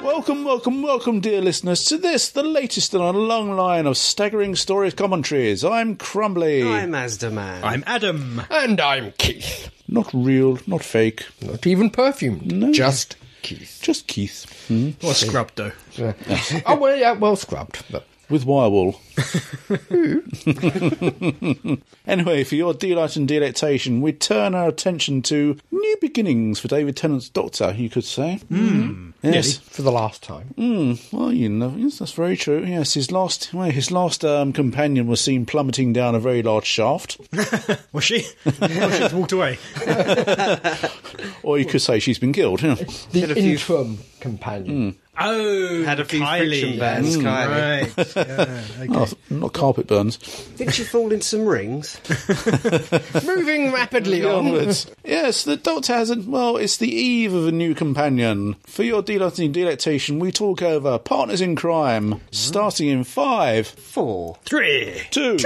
Welcome, welcome, welcome, dear listeners, to this, the latest in a long line of staggering stories commentaries. I'm Crumbly. I'm Asda Man. I'm Adam. And I'm Keith. Not real, not fake, Not even perfumed. Just Keith. just Keith. Or Scrub, though. oh, well, yeah, well scrubbed. But With wire wool. anyway, for your delight and delectation, we turn our attention to new beginnings for David Tennant's Doctor, you could say. Mm. Yes. for the last time. Well, you know, yes, that's very true. Yes, his last, well, his last um, companion was seen plummeting down a very large shaft. Was she? oh, she's walked away. Or you could say she's been killed. yeah. The interim companion. Oh, Had a few Kylie. Mm, friction burns, Kylie. Right. Yeah, okay. Oh, not carpet burns. Did she fall in some rings? Mm. Moving rapidly on. onwards. yes, the Doctor has a well, it's the eve of a new companion. For your delight and delectation, we talk over partners in crime, starting in five, Four. Three. two,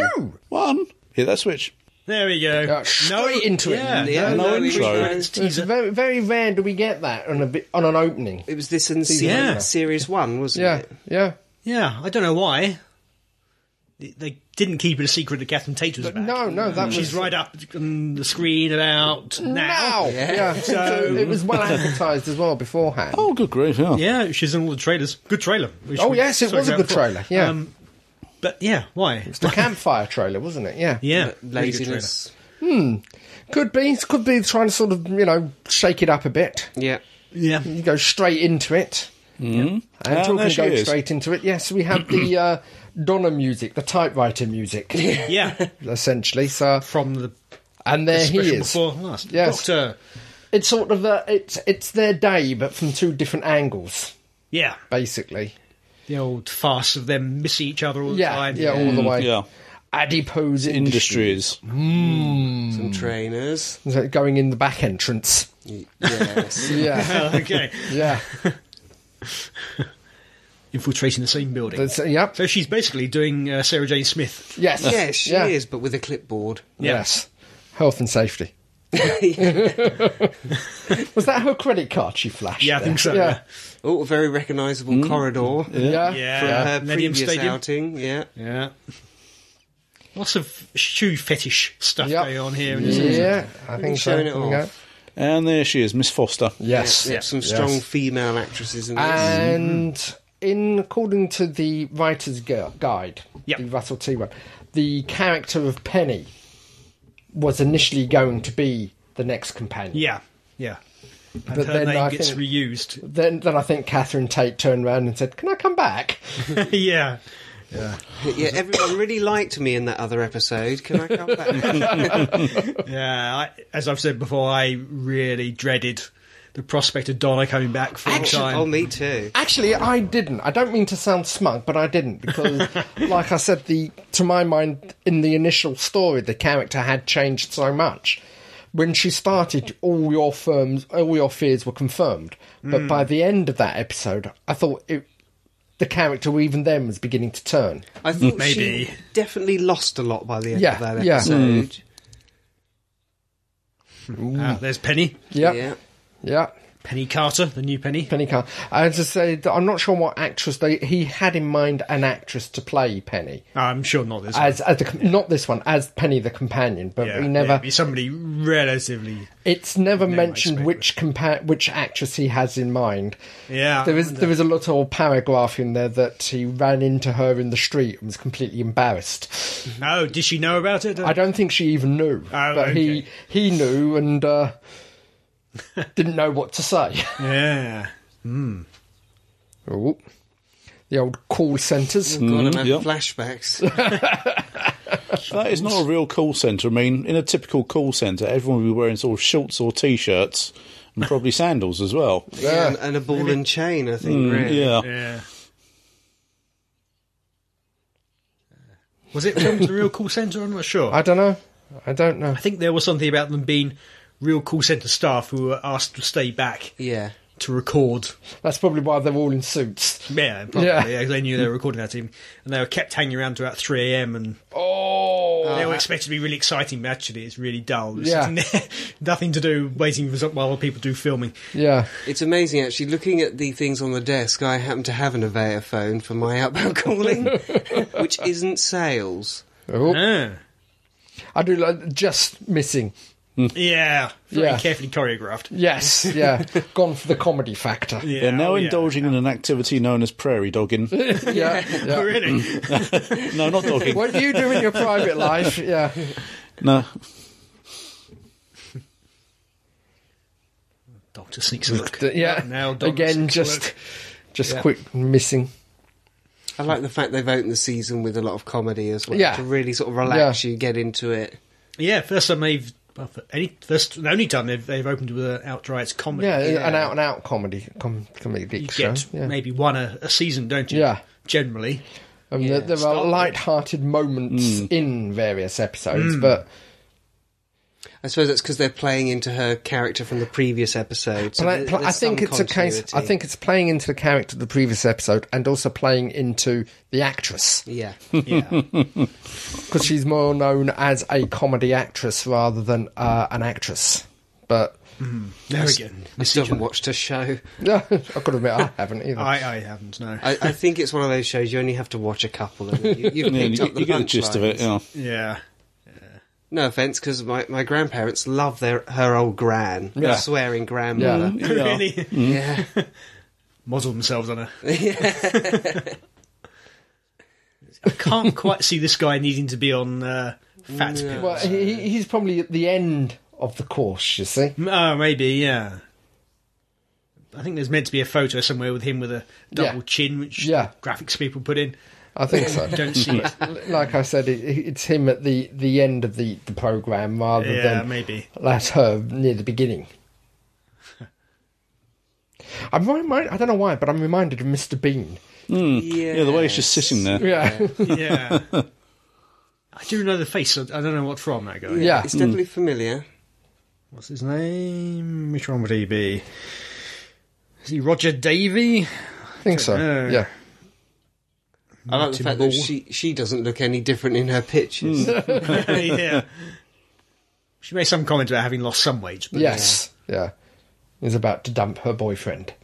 one. Hit that switch. There we go. Uh, straight into it. yeah, Yeah, no, no we- intro. It's very, very rare do we get that on a bit, on an opening. It was this in Yeah. series, series one, wasn't Yeah, it? yeah. Yeah, I don't know why. They- They didn't keep it a secret that Catherine Tate was back. No, no, that She's was right up on the screen about now. now. Yeah, so it was well advertised as well beforehand. Oh, good grief! Yeah. Yeah, she's in all the trailers. Good trailer. We Oh, should- yes, it sorry was a about good before. trailer, yeah. Um, but yeah, why? It's the campfire trailer, wasn't it? Yeah. Yeah, But really good trailer. Laziness. Could be. Could be trying to sort of, you know, shake it up a bit. Yeah. Yeah, You go straight into it. Mm-hmm. And Ah, there talking she going is. straight into it. Yes, we have the uh, Donna music, the typewriter music, yeah. essentially. So, From the and there he special is. before last. Yes. Doctor. It's sort of the it's it's their day, but from two different angles, Yeah. basically. The old farce of them missing each other all the Yeah, time. yeah, all the way. Mm, Yeah. Adipose industry Industries. Hmm. Some trainers. going in the back entrance. Yes. Yeah, okay. yeah. Infiltrating the same building. That's, uh, yep. so she's basically doing uh, Sarah Jane Smith. Yes. yeah, she Yeah. is, but with a clipboard. Yeah. Yes. Health and safety. Was that her credit card she flashed? Yeah, I there? think so. Yeah. Yeah. Oh, a very recognisable corridor. Yeah. Hmm. Yeah. From her Millennium previous Stadium. outing. Yeah. Yeah. Lots of shoe fetish stuff Yep. going on here. Yeah, isn't it? I think so. Showing it There we go. off. And there she is, Miss Foster. Yes. Yeah, Some strong female actresses in this. Ah. And in according to the writer's gu- guide, Yep. the Russell T one, the character of Penny was initially going to be the next companion. Yeah. Yeah. And But her then name I gets think- reused. Then, then I think Catherine Tate turned around and said, "Can I come back?" yeah. yeah, everyone really liked me in that other episode. Can I come back? Yeah. I, as I've said before, I really dreaded the prospect of Donna coming back full time. oh, me too. Actually, I didn't. I don't mean to sound smug, but I didn't because, like I said, the to my mind in the initial story, the character had changed so much. When she started, all your firms, all your fears were confirmed. But by the end of that episode, I thought it, the character even then was beginning to turn. I thought Maybe. Hmm. she definitely lost a lot by the end Yeah, of that yeah. episode. Ah, there's Penny. Yep. Yeah, Yeah. yeah. Penny Carter, the new Penny. Penny Car. I have to say, that I'm not sure what actress they he had in mind an actress to play Penny I'm sure not this. as as the, com- not this one as Penny the companion, but one. we never. it'd be somebody relatively. It's never mentioned expect which compa- which actress he has in mind. Yeah, there is and, uh, there is a little paragraph in there that he ran into her in the street and was completely embarrassed. Oh, did she know about it? I don't think she even knew, Oh, but he okay. he knew and uh, didn't know what to say. yeah. Ooh. The old call centres. Oh, God, I'm having Hmm. yeah. flashbacks. That is not a real call centre. I mean, in a typical call centre, everyone would be wearing sort of shorts or t-shirts and probably sandals as well. yeah. and, and a ball and chain, I think, really. Mm, Yeah. Yeah. Was it filmed at the real call centre? I'm not sure. I, I don't know. I don't know. think there was something about them being real call centre staff who were asked to stay back Yeah. to record. That's probably why they're all in suits. Yeah, probably. Yeah. Yeah, 'cause they knew they were recording that team, and they were kept hanging around to about three a.m. and Oh, they all expect it to be really exciting, but actually it's really dull. It's Yeah. just nothing to do waiting for some- while people do filming. Yeah. It's amazing actually. Looking at the things on the desk, I happen to have an Avea phone for my outbound calling, which isn't sales. Oh, Ah. I do like just missing. Yeah, very Yeah. carefully choreographed. Yes, yeah. Gone for the comedy factor. Yeah, Yeah, They're now oh, yeah. indulging in an activity known as prairie dogging. yeah. Oh, really? no, not dogging. What do you do in your private life? Yeah. No. Doctor sneaks a look. D- Yeah. Now Donna Again, sneaks a just look. just Yeah. quick missing. I like the fact they've opened the season with a lot of comedy as well Yeah. to really sort of relax you, get into it. Yeah, first time they've well, for any first the only time they've they've opened with an outright comedy. Yeah, Yeah. an out and out comedy com- you comedic show. get Yeah. maybe one a, a season, don't you? Yeah. generally. And Um, there, there are start with- light-hearted moments in various episodes, but I suppose that's because they're playing into her character from the previous episode. So But I- there- but I there's think some it's a case. I continuity. think it's playing into the character of the previous episode, and also playing into the actress Yeah. Yeah, because she's more known as a comedy actress rather than uh, an actress. But there we go. I still haven't watched her show. yeah, I could admit I haven't either. I, I haven't no. I, I think it's one of those shows you only have to watch a couple of them. You, you've Yeah, picked you up the you get the gist of it. punchlines. Yeah. yeah, No offence, because my, my grandparents love their her old gran, her Yeah. swearing grandmother. Yeah. Mm-hmm. really Yeah. model themselves on her. I can't quite see this guy needing to be on uh, fat pills. Well, he, he- he's probably at the end of the course, you see. M- Oh, maybe, yeah. I think there's meant to be a photo somewhere with him with a double Yeah. chin, which Yeah. graphics people put in. I think so. Don't see it. like I said, it, it's him at the, the end of the, the program rather yeah, than maybe. that's her near the beginning. I'm remind, I don't know why, but I'm reminded of Mr. Bean. Yes. Yeah, the way it's just sitting there. Yeah, Yeah. I do know the face. I I don't know what from that guy. yeah. It's definitely familiar. What's his name? Which one would he be? Is he Roger Davy? I think so. Uh, Yeah, I like the fact that she, she doesn't look any different in her pictures. yeah. She made some comment about having lost some weight. But yes, yeah. He's about to dump her boyfriend.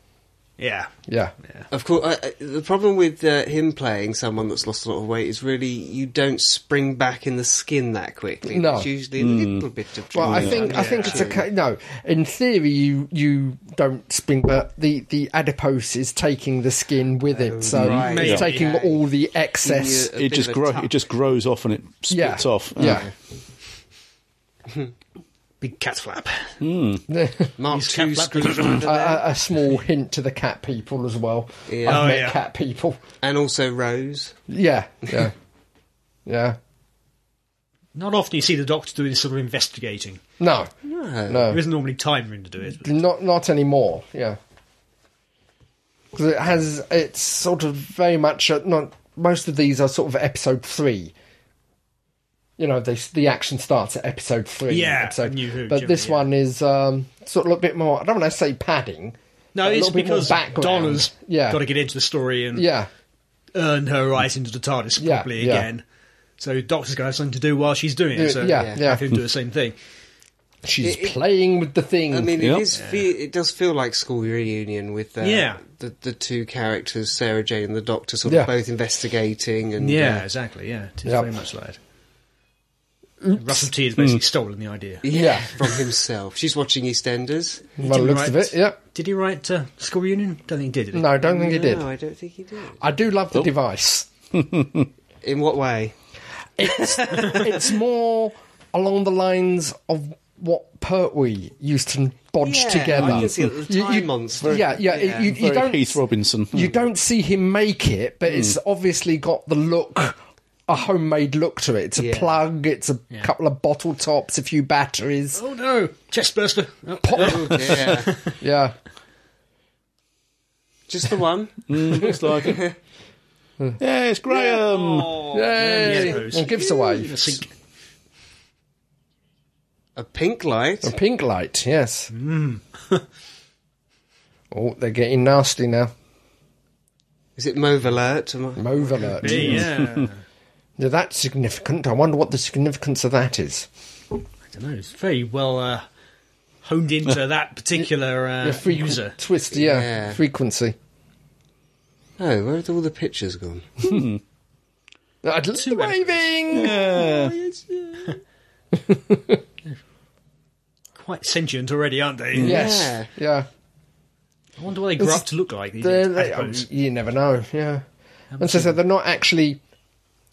Yeah. Yeah, Of course, uh, uh, the problem with uh, him playing someone that's lost a lot of weight is really you don't spring back in the skin that quickly. No. It's usually a little bit of. Well, I treatment. think I think it's a Yeah. ca- no. In theory, you you don't spring, but the the adipose is taking the skin with it, so Oh, right. it's Maybe. taking all the excess. Yeah. A It bit just of a grow, tuck. it just grows off and it Yeah, splits off. Yeah, Big cat flap. Mark He's two kept that screws under a, there. a- a small hint to the cat people as well. Yeah. I've Oh, met yeah. cat people. and also Rose. Yeah, yeah, yeah. Not often you see the doctor doing this sort of investigating. No, No. no, There isn't normally time for him to do it. but- not not anymore. Yeah, because it has it's sort of very much a, not. Most of these are sort of episode three. You know, they, the action starts at episode three. Yeah, episode, New Who, but this generally, yeah. one is um, sort of a little bit more. I don't want to say padding. No, but a it's little bit more because background. Donna's Yeah, got to get into the story and yeah, earn her right into the TARDIS Yeah, properly yeah. again. So Doctor's going to have something to do while she's doing Yeah, it. So yeah, yeah. have him do the same thing. she's It- it- playing with the thing. I mean, Yep. it is. Feel, it does feel like school reunion with uh, Yeah. the the two characters, Sarah Jane and the Doctor, sort Yeah. of both investigating and Yeah, uh, exactly. Yeah, it is Yep. Mm. very much like that. Russell T has basically stolen the idea. Yeah. from himself. She's watching EastEnders. by the didn't looks of write- it, yeah. Did he write uh, School Reunion? Don't think he did. did he? No, I don't think he did. No, I don't think he did. I do love the device. In what way? It's, it's more along the lines of what Pertwee used to bodge Yeah, together. I can see it, the time monster. Yeah, yeah. it- Yeah. you, you Very don't Keith Robinson. you don't see him make it, but Mm. it's obviously got the look. A homemade look to it. It's a Yeah. plug. It's a couple of bottle tops, a few batteries. Oh no, chestburster. Oh, Oh, yeah, Yeah, just the one. Mm, looks like it. Yes, Graham. Oh, yay! yeah, those. and gives away the sink. A pink light. a pink light. Yes. Mm. oh, they're getting nasty now. Is it Move Alert? Am I- Move alert. Yeah. Now that's significant. I wonder what the significance of that is. I don't know. It's very well uh, honed into that particular uh, The frequ- user. twist, yeah, Yeah. frequency. Oh, where have all the pictures gone? I'd l- Two waving. Yeah. Quite sentient already, aren't they? Yes. Yeah. I wonder what they grew It's- up to look like. These They're- days, they- I suppose. you never know. Yeah. And so, so they're not actually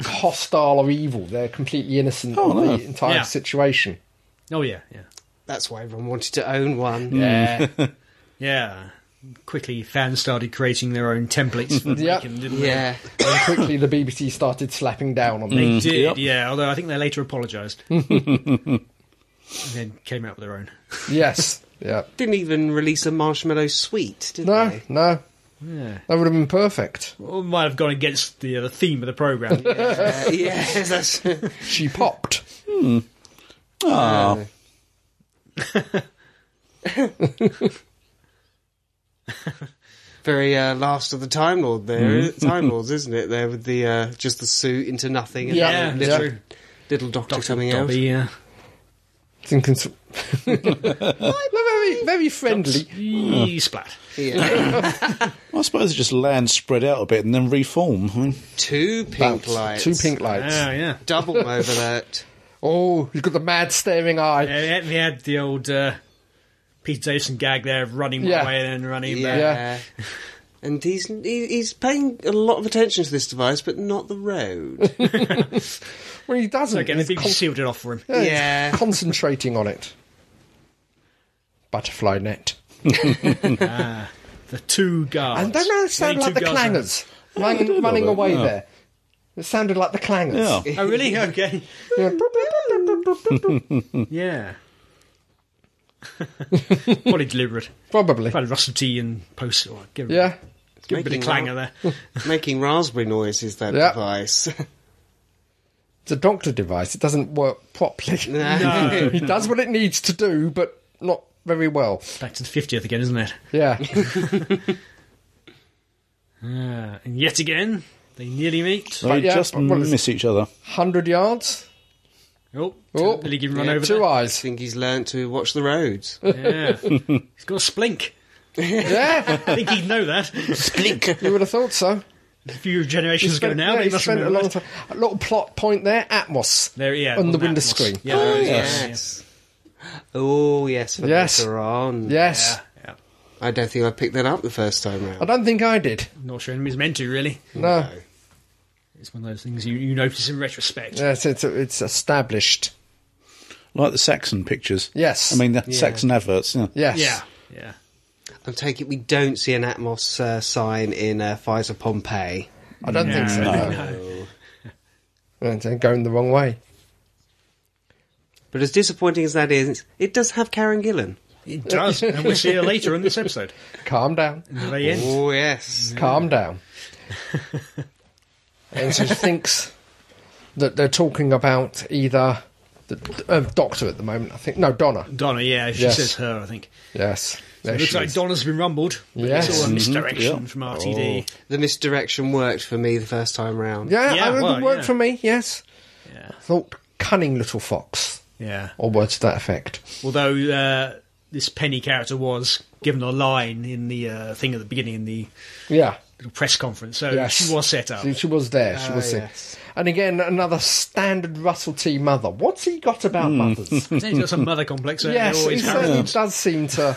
hostile or evil. They're completely innocent Oh, of no. the entire Yeah. situation. Oh yeah, yeah, That's why everyone wanted to own one. Yeah. yeah. Quickly, fans started creating their own templates for Yeah. Lincoln, didn't they? Yeah. and quickly, the BBC started slapping down on They them. Mm-hmm. did, Yep. yeah. Although I think they later apologised, and then came out with their own. yes. Yeah. Didn't even release a marshmallow sweet, did No. they? No. Yeah, That would have been perfect. well, might have gone against the, uh, the theme of the program. Uh, yeah, that's. She popped. Ah, Very uh, last of the Time Lord there, Time Lords, isn't it? There with the uh, just the suit into nothing and Yeah, yeah, the little, true. uh, little doctor coming Dobby, out. yeah. Thinking. So- very, very friendly. Yee, Splat. Yeah. I suppose it just land spread out a bit and then reform. I mean, Two pink lights. Two pink lights. Oh yeah. Double over that. Oh, he's got the mad staring eye. Yeah, they had, they had the old uh, Peter Davison gag there, of running one Yeah. way and then running Yeah. back. Yeah. And he's he, he's paying a lot of attention to this device, but not the road. Well, he doesn't. So again, the He's BBC sealed it off for him. con- he's Yeah. concentrating on it. Butterfly net. Ah, The two guards. And don't know, it sounded Only like two the guards. clangers running, know running that, away yeah. there. It sounded like the clangers. yeah. Oh really? Okay. Yeah. Boop, boop, boop, boop, boop, boop, boop. Yeah. Probably deliberate. Probably. Probably Russell T and Post. Or give him, Yeah. give him a bit of Making clanger ra- there. Making raspberry noises, that Yeah. device. It's a doctor device. It doesn't work properly. No. it does what it needs to do, but not very well. Back to the fiftieth again, isn't it? Yeah. Yeah. Ah, And yet again, they nearly meet. They yeah, just but what is- miss each other. 100 yards. Oh, Oh. nearly give him a run Yeah, over Two there. I eyes. think he's learnt to watch the roads. Yeah. He's got a splink. Yeah. I think he'd know that. you would have thought so. a few generations ago Spent- now, yeah, but he he must spent a remember. long time. A little plot point there. Atmos. There, yeah, On the that window was- screen. Oh, Yeah, there was, yeah, yes. Oh yes, for Yes. later on. Yes. yeah, yeah. I don't think I picked that up the first time round. I don't think I did. Not sure anyone was meant to really. No. It's one of those things you, you notice in retrospect. Yes, it's, it's established. Like the Saxon pictures. Yes. I mean, the Saxon adverts. Yeah. Yes. Yeah, yeah. I take it we don't see an Atmos uh, sign in uh, Pfizer Pompeii. I don't think so. No, No. And they're going the wrong way. But as disappointing as that is, it does have Karen Gillan. It does, and we'll see her later in this episode. Calm down. In the very end. Oh yes. Calm down. and she thinks that they're talking about either the uh, doctor at the moment. I think no Donna. Donna, yeah, she Yes. says her, I think. Yes. There Looks she like is. Donna's been rumbled. but Yes. It's all a Mhm, misdirection yeah. from RTD. The misdirection worked for me the first time round. yeah, Yeah, I would well, work yeah. for me. Yes. Yeah. Thought cunning little fox Yeah. or words to that effect. Although uh, this Penny character was given a line in the uh, thing at the beginning in the Yeah. little press conference, so Yes. she was set up. She, she was there. She Ah, was there. yes. And again, another standard Russell T. mother. What's he got about mothers? He's got some mother complex. so they yes, he always have certainly does seem to.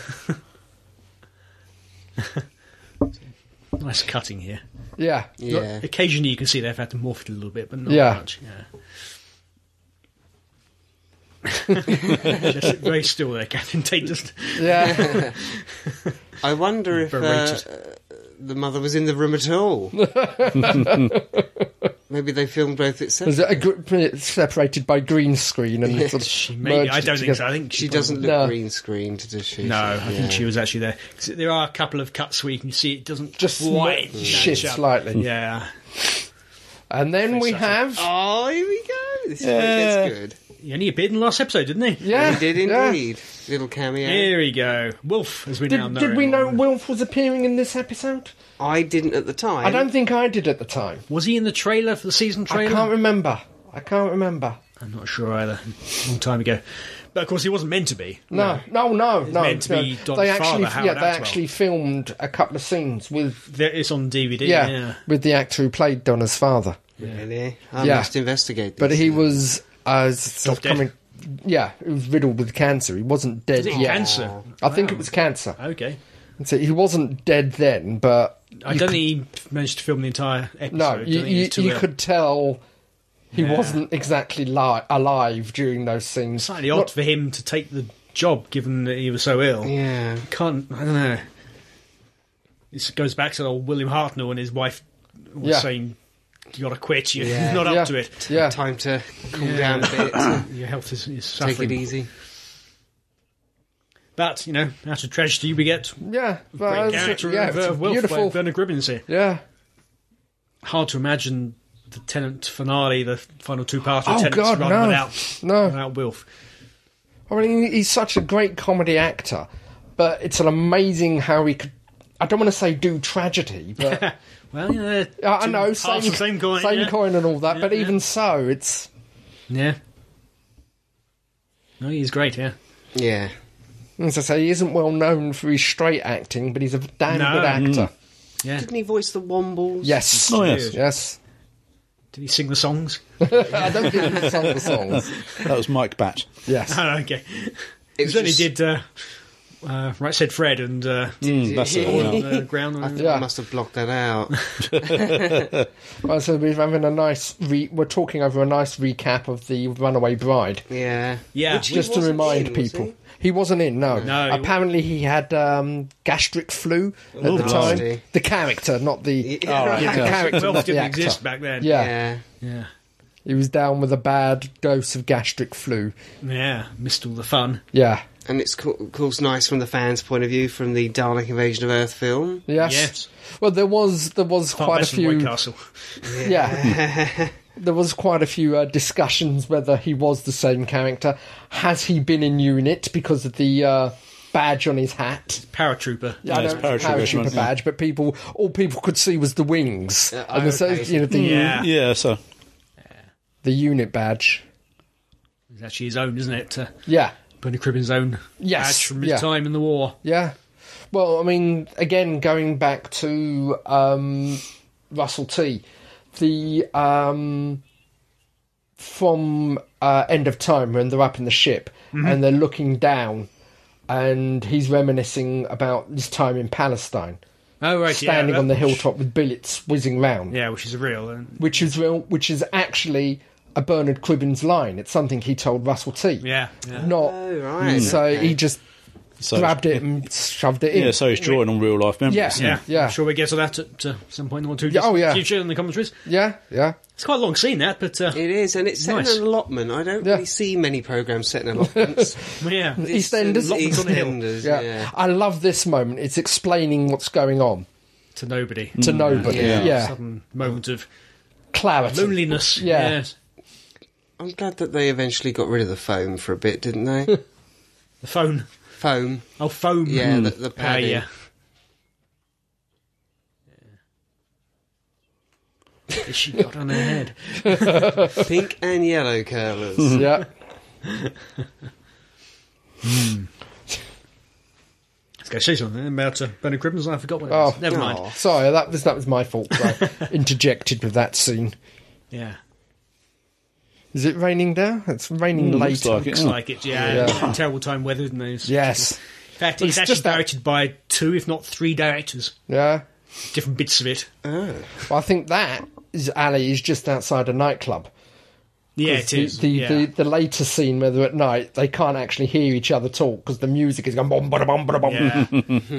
Nice cutting here. Yeah. Yeah. Occasionally, you can see they've had to morph it a little bit, but not Yeah. much. Yeah. Just very still there, Captain Tate. Just Yeah. I wonder if uh, Berated. the mother was in the room at all. Maybe they filmed both at Is separate. it a gr- separated by green screen and sort of she maybe. merged I it don't think so. together? I think She doesn't look No. green screened, does she? No, I Yeah. think she was actually there. 'Cause There are a couple of cuts where you can see it doesn't Just quite smi- match shit up. slightly. Yeah, And then we have Oh, here we go. This is where it Yeah. gets good. He only appeared in the last episode, didn't he? Yeah, he did yeah. indeed. Little cameo. Here we go. Wolf, as we now Did, know. did we him. know Wilf was appearing in this episode? I didn't at the time. I don't think I did at the time. Was he in the trailer for the season trailer? I can't remember. I can't remember. I'm not sure either. Long time ago. But of course, he wasn't meant to be. No, no, no, no. meant to no. be Don's they father, actually, Howard yeah, they Atwell. actually filmed a couple of scenes with, There, it's on DVD. yeah, Yeah. with the actor who played Donna's father. Really? I Yeah. must investigate this. But he was uh, sort of dead. coming. Yeah, he was riddled with cancer. He wasn't dead Is it yet. cancer? I think it was cancer. Okay. So he wasn't dead then, but I don't think he managed to film the entire episode. no, I you, think it you, was too you early. could tell he Yeah. wasn't exactly li- alive during those scenes. Slightly odd for him to take the job, given that he was so ill. Yeah. Can't. I don't know. This goes back to old William Hartnell and his wife was Yeah. saying, "You got to quit. You're Yeah. not up yeah, to it. Yeah, Time to cool down a bit, Your health is, is suffering." take it easy. But you know, out of tragedy we get yeah. but great it's- character yeah, of it's uh, a Wilf by beautiful. Bernard Gribbins here. Yeah. Hard to imagine the Tenant finale, the final two parts of Oh, Tenant God, run no. without No. without Wilf. I mean, he's such a great comedy actor, but it's an amazing how he could. I don't want to say do tragedy, but I, Well, you know, I two know halves same, of the same coin. yeah. coin and all that. Yeah, but yeah. even so, it's Yeah. No, he's great. Yeah. Yeah. as I say, he isn't well known for his straight acting, but he's a damn No. Mm. good actor. Yeah. Didn't he voice the Wombles? Yes, Oh, yes. yes. Did he sing the songs? I don't think he's sung the songs. That was Mike Bat. Yes, oh, okay. It He was certainly just- did. Uh, uh, right said Fred and uh, Mm, that's it. All yeah. on the uh, ground. I think Yeah. I must have blocked that out. well, so we're having a nice. Re- we're talking over a nice recap of the Runaway Bride. Yeah. Yeah. Which he just to wasn't remind in, was people. he? He? wasn't in, no. No, he wa- Apparently he had um, gastric flu at the time. blimey. The character, not the... Yeah. right. Oh, Yeah, the Yeah. character, Wilf not the didn't actor. exist back then. Yeah. Yeah. Yeah. he was down with a bad dose of gastric flu. Yeah. Missed all the fun. Yeah. And it's co- of course nice from the fans' point of view from the Dalek Invasion of Earth film. Yes. Yes. Well, there was there was Far quite a better than White few. Castle. Yeah. there was quite a few uh, discussions whether he was the same character. Has he been in unit because of the uh, badge on his hat? Paratrooper. Yeah, I Yeah, it's know it's paratrooper, paratrooper, isn't it? badge, but people, all people could see was the wings Uh, and the, so, okay. you know, the, Yeah. Yeah, so the unit badge. It's actually his own, isn't it? Uh, Yeah, Bernie Cribbins' own Yes, badge from his yeah. time in the war. yeah. Well, I mean, again, going back to um, Russell T, the um, from uh, End of Time when they're up in the ship and they're looking down, and he's reminiscing about his time in Palestine, Oh, right. yeah, standing that- on the hilltop with bullets whizzing round. Yeah, which is real. And, which is real, which is actually a Bernard Cribbins line. It's something he told Russell T. yeah. yeah. Not Oh right. so okay. he just so grabbed it and shoved it in. Yeah, so he's drawing on real life memories. Yeah. isn't he? Yeah, Yeah. I'm sure we get to that at uh, some point or two. Yeah, oh, yeah. Future in the commentaries. yeah, yeah. It's quite a long scene that, but uh, It is, and it's set Nice. in an allotment. I don't Yeah. really see many programs set in allotments. yeah, It's, EastEnders. um, Allotments on the hill. EastEnders, Yeah. yeah. I love this moment. It's explaining what's going on to nobody. Mm. to Mm. nobody. Yeah. Yeah. Sudden moment of Clarity. loneliness. Yeah. Yes. I'm glad that they eventually got rid of the foam for a bit, didn't they? The phone. foam. Oh, foam. Yeah, Hmm. the, the Ah, padding. yeah. What She got on her head. Pink and yellow curlers. Yeah. Let's go say something about uh, Bernard Cribbins. I forgot what it Oh. was. Never mind. Aw. Sorry, that was that was my fault. I interjected with that scene. Yeah. Is it raining there? It's raining Mm, looks later. like it. Looks yeah. like it. Yeah. Terrible time weather in those. Yes. In fact, it's It's actually just that- directed by two, if not three directors. Yeah. Different bits of it. Uh, Ah. Well, I think that is alley is just outside a nightclub. Yeah, Because it the, is. The, yeah. the, the later scene where they're at night, they can't actually hear each other talk because the music is going bom bada bom bada bom. Yeah.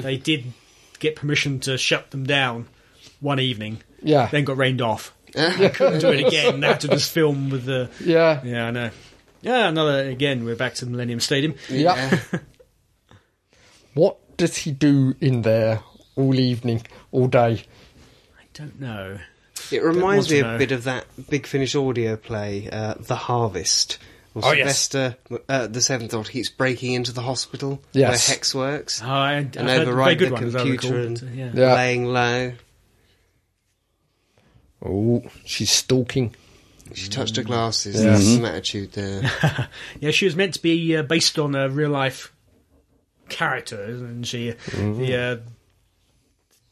they did get permission to shut them down one evening. Yeah. Then got rained off. Couldn't do it again. They had to just film with the. Yeah. Yeah, I know. Yeah, another again. We're back to the Millennium Stadium. Yeah. What does he do in there all evening, all day? I don't know. It reminds Don't want to me a know. bit of that Big Finish audio play, uh, The Harvest, Or Oh, yes. Sylvester uh, the Seventh Doctor keeps breaking into the hospital Yes. where Hex works Oh, I, I and heard a very override good the one, as I computer recall, and but, uh, yeah. Yeah. laying low. Oh, she's stalking. She Mm. touched her glasses. Yeah. Mm-hmm. There's some attitude there. Yeah, she was meant to be uh, based on a real life character, and she the uh,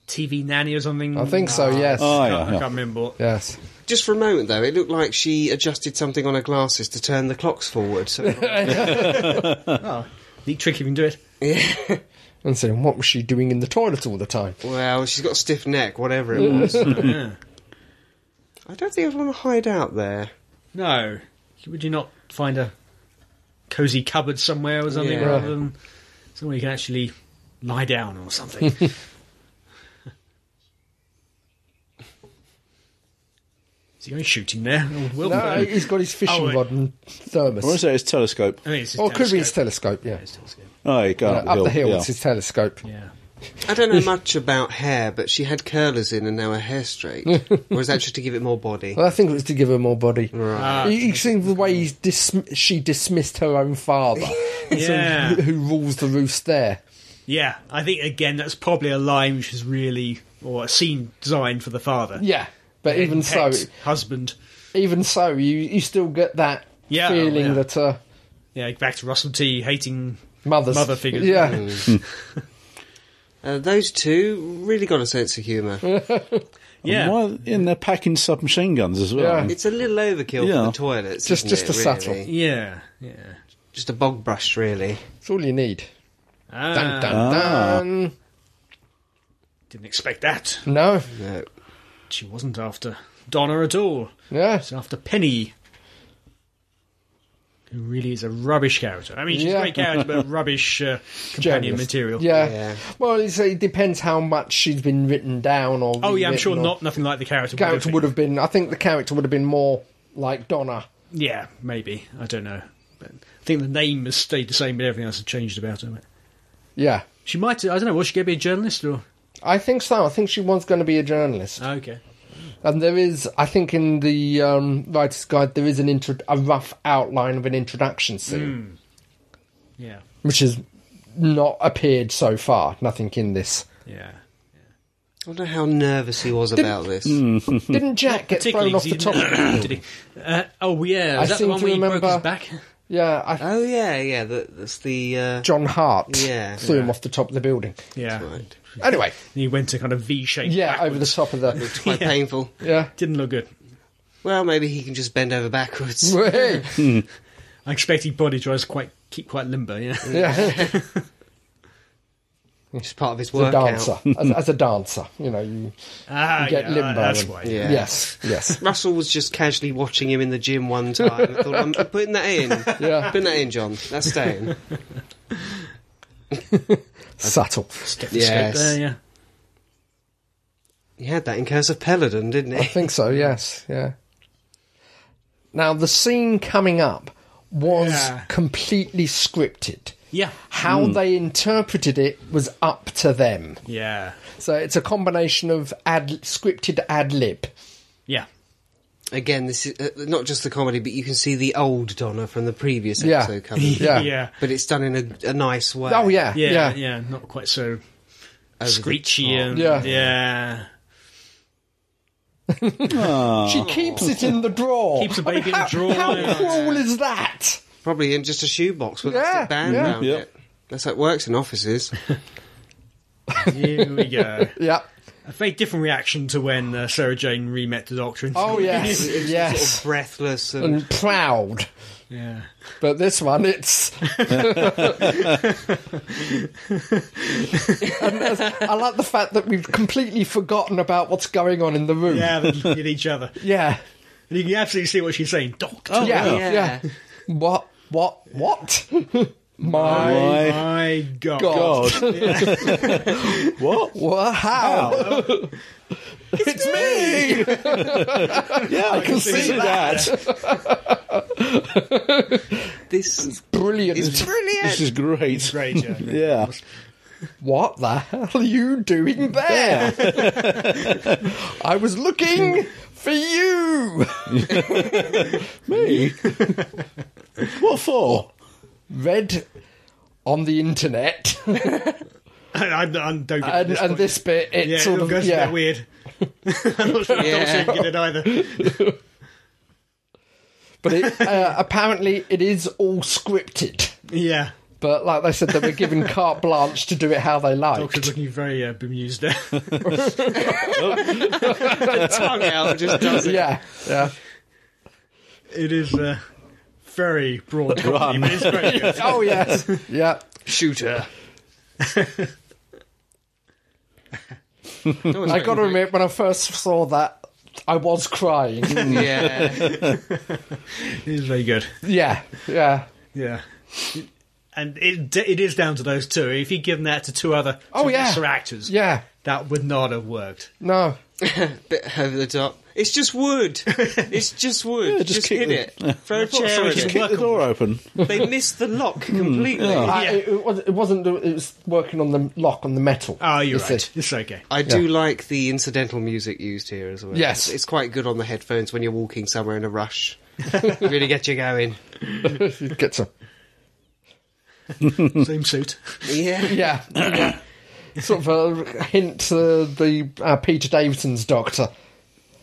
TV nanny or something. Mm-hmm. I think so, Ah, yes. Oh, I yeah, can't, I yeah. can't remember. what- Yes. Just for a moment, though, it looked like she adjusted something on her glasses to turn the clocks forward. So Neat trick if you can do it. And saying, what was she doing in the toilet all the time? Well, she's got a stiff neck, whatever it Mm. was. Yeah. I don't think I'd want to hide out there. No, would you not find a cozy cupboard somewhere or something Yeah. rather than somewhere you can actually lie down or something? Is he going shooting there? Oh, Old Wilbur. No, he's got his fishing Oh, it- rod and I want thermos. to say it's telescope. I mean, it's his Or it could be his telescope. telescope, yeah. It's telescope, Oh, you go Uh, up, up the hill, yeah. it's his telescope. Yeah. I don't know much about hair, but she had curlers in and now her hair's straight. or was that just to give it more body? Well, I think it was to give her more body. Right. You, you see the way he's dism- she dismissed her own father, and so Yeah. who, who rules the roost there. Yeah, I think again that's probably a line which is really or a scene designed for the father. Yeah, but even so, Pet, husband. even so, you you still get that Yeah, feeling yeah. that uh, Yeah, back to Russell T hating. mother's Mother Mm. figure. Yeah, Uh, those two really got a sense of humour. And Yeah, why- and they're packing submachine guns as well. Yeah. it's a little overkill for Yeah. the toilets. Just- isn't just it, a subtle. really? yeah, yeah. Just a bog brush, really. it's all you need. Ah, Dun dun Ah. dun. Didn't expect that. No, No. She wasn't after Donna at all. yeah, It's after Penny, who really is a rubbish character. I mean, she's Yeah. a great character, but rubbish uh, companion Journalist. material. yeah. Yeah. Well, it's, it depends how much she's been written down or. Oh yeah, I'm rewritten sure or- not nothing like the character. The character been. would have been. I think the character would have been more like Donna. Yeah, maybe. I don't know. But I think the name has stayed the same, but everything else has changed about her. Yeah, She might. I don't know. Was she going to be a journalist or? I think so. I think she was going to be a journalist. Ah, Okay. And there is, I think, in the um, writer's guide, there is an intro- a rough outline of an introduction scene, Yeah. which has not appeared so far. Nothing in this. Yeah. I wonder how nervous he was about this. Mm. Didn't Jack get Particularly thrown off the 'cause top? he didn't- did he? Uh, oh yeah, I is that seem the one to where he broke remember- his back? yeah, I, Oh, yeah, yeah. That, that's the. Uh, John Hart Yeah. threw him Yeah. off the top of the building. Yeah. right. Anyway, He went to kind of V shape. yeah, over the top of the It's quite painful. yeah. Didn't look good. Well, maybe he can just bend over backwards. Hey. I expect he body tries to quite keep quite limber. Yeah. yeah, It's part of his as a workout. dancer, as, as a dancer, you know, you ah, get yeah, limbo. That's and- why. Yeah. Yes, yes, Russell was just casually watching him in the gym one time. and thought, I'm, I'm putting that in. yeah. Putting that in, John. That's staying. Subtle. Stethoscope Yes. There, yeah. He had that in Curse of Peladon, didn't I he? think so, yes, yeah. Now, the scene coming up was Yeah. completely scripted. Yeah. How they interpreted it was up to them. Yeah. So it's a combination of ad scripted ad lib. Yeah. Again, this is uh, not just the comedy, but you can see the old Donna from the previous Yeah. episode coming. Yeah. Yeah. But it's done in a, a nice way. Oh, yeah, Yeah. Yeah. yeah. Not quite so Over the screechy top. and Yeah. yeah. Oh, She keeps it in the drawer. Keeps the baby in the how, drawer. How Yeah. cruel is that? Probably in just a shoebox with Yeah, a stick band yeah. around Yep. it. That's how it works in offices. Here we go. Yeah. A very different reaction to when uh, Sarah Jane re-met the Doctor. in- Oh, yes, It's Sort yes. of breathless and, And proud. yeah. But this one, it's. And that's- I like the fact that we've completely forgotten about what's going on in the room. Yeah, they hit each other. Yeah. And you can absolutely see what she's saying. Doctor. Oh, yeah, yeah. yeah. What? What? What? My My Oh, My God. God! God. what? What? How? It's me! yeah, I can see that. this is Brilliant! This brilliant. is great. Great, yeah. Yeah. What the hell are you doing there? I was looking for you. Me? What for? read on the internet, I, I, I don't get it. at and, this and point. this bit it yeah, sort it all of goes a yeah. bit weird. I'm not sure if Yeah. yeah. get it either. But it, uh, apparently it is all scripted. Yeah. But like they said, they were given carte blanche to do it how they Doctor's liked. looking very uh, bemused there. Tongue out just does it. Yeah, yeah. it is uh, very broad. comedy, but it's very good. Oh yes, yeah. Shooter. I got to admit, when I first saw that, I was crying. Yeah. It is very good. yeah, yeah. Yeah. And it it is down to those two. If you'd given that to two other two Oh, yeah. lesser actors, Yeah, that would not have worked. no. Bit over the top. It's just wood. It's just wood. Yeah, just just kick hit it. Throw a chair sorry, at just it. kick- Keep the door open. They missed the lock completely. Hmm. I, Yeah. it, was, it wasn't. It was working on the lock on the metal. Oh, you're You see. right. It's okay. I do like the incidental music used here as well. Yes. It's, it's quite good on the headphones when you're walking somewhere in a rush. really get you going. It gets a Hmm. Same suit. Yeah. yeah, yeah. sort of a hint to the uh, Peter Davison's doctor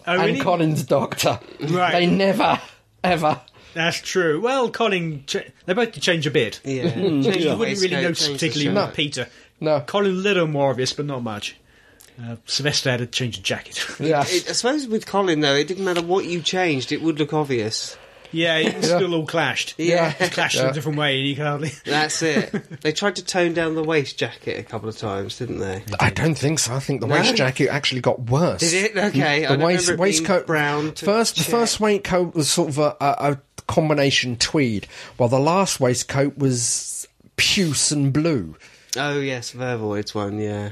Oh, and really? Colin's doctor. Right. They never ever. That's true. Well, Colin, cha- they both change a bit. Yeah. You wouldn't really notice particularly with Peter. No. Colin, a little more obvious, but not much. Uh, Sylvester had to change a jacket. Yeah. It, I suppose with Colin though, it didn't matter what you changed; it would look obvious. yeah, it was still all clashed. Yeah, Oh, Yeah. It clashed in Yeah. a different way, and you can hardly. that's it. They tried to tone down the waist jacket a couple of times, didn't they? I don't think so. I think the No? waist jacket actually got worse. Mm, Did it? Okay, I The don't waist, remember it being waistcoat brown. To first, the check. first waistcoat was sort of a, a, a combination tweed, while the last waistcoat was puce and blue. Oh yes, Vervoid's one. Yeah.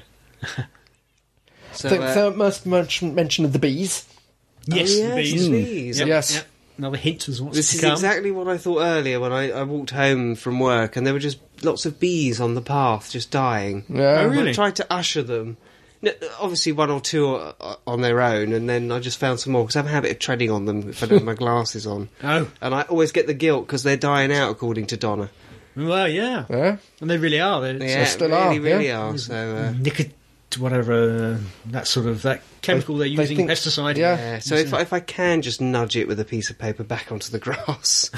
So, I think uh, third most much mention of the bees. yes, yes, the bees. bees. Yep, Mm. Yes. yep. Another hint was what's This to is come. exactly what I thought earlier when I, I walked home from work, and there were just lots of bees on the path, just dying. Yeah. Oh, And I really? tried to usher them. No, obviously, one or two o- o- on their own, and then I just found some more because I have a habit of treading on them if I don't have my glasses on. Oh, And I always get the guilt because they're dying out, according to Donna. well, yeah. Yeah. And they really are. They're Yeah, still really, are, really yeah. are. So, uh, nicot, whatever, uh, that sort of that chemical they, are they using, think- pesticide. yeah. yeah. So if, I- if I can just nudge it with a piece of paper back onto the grass,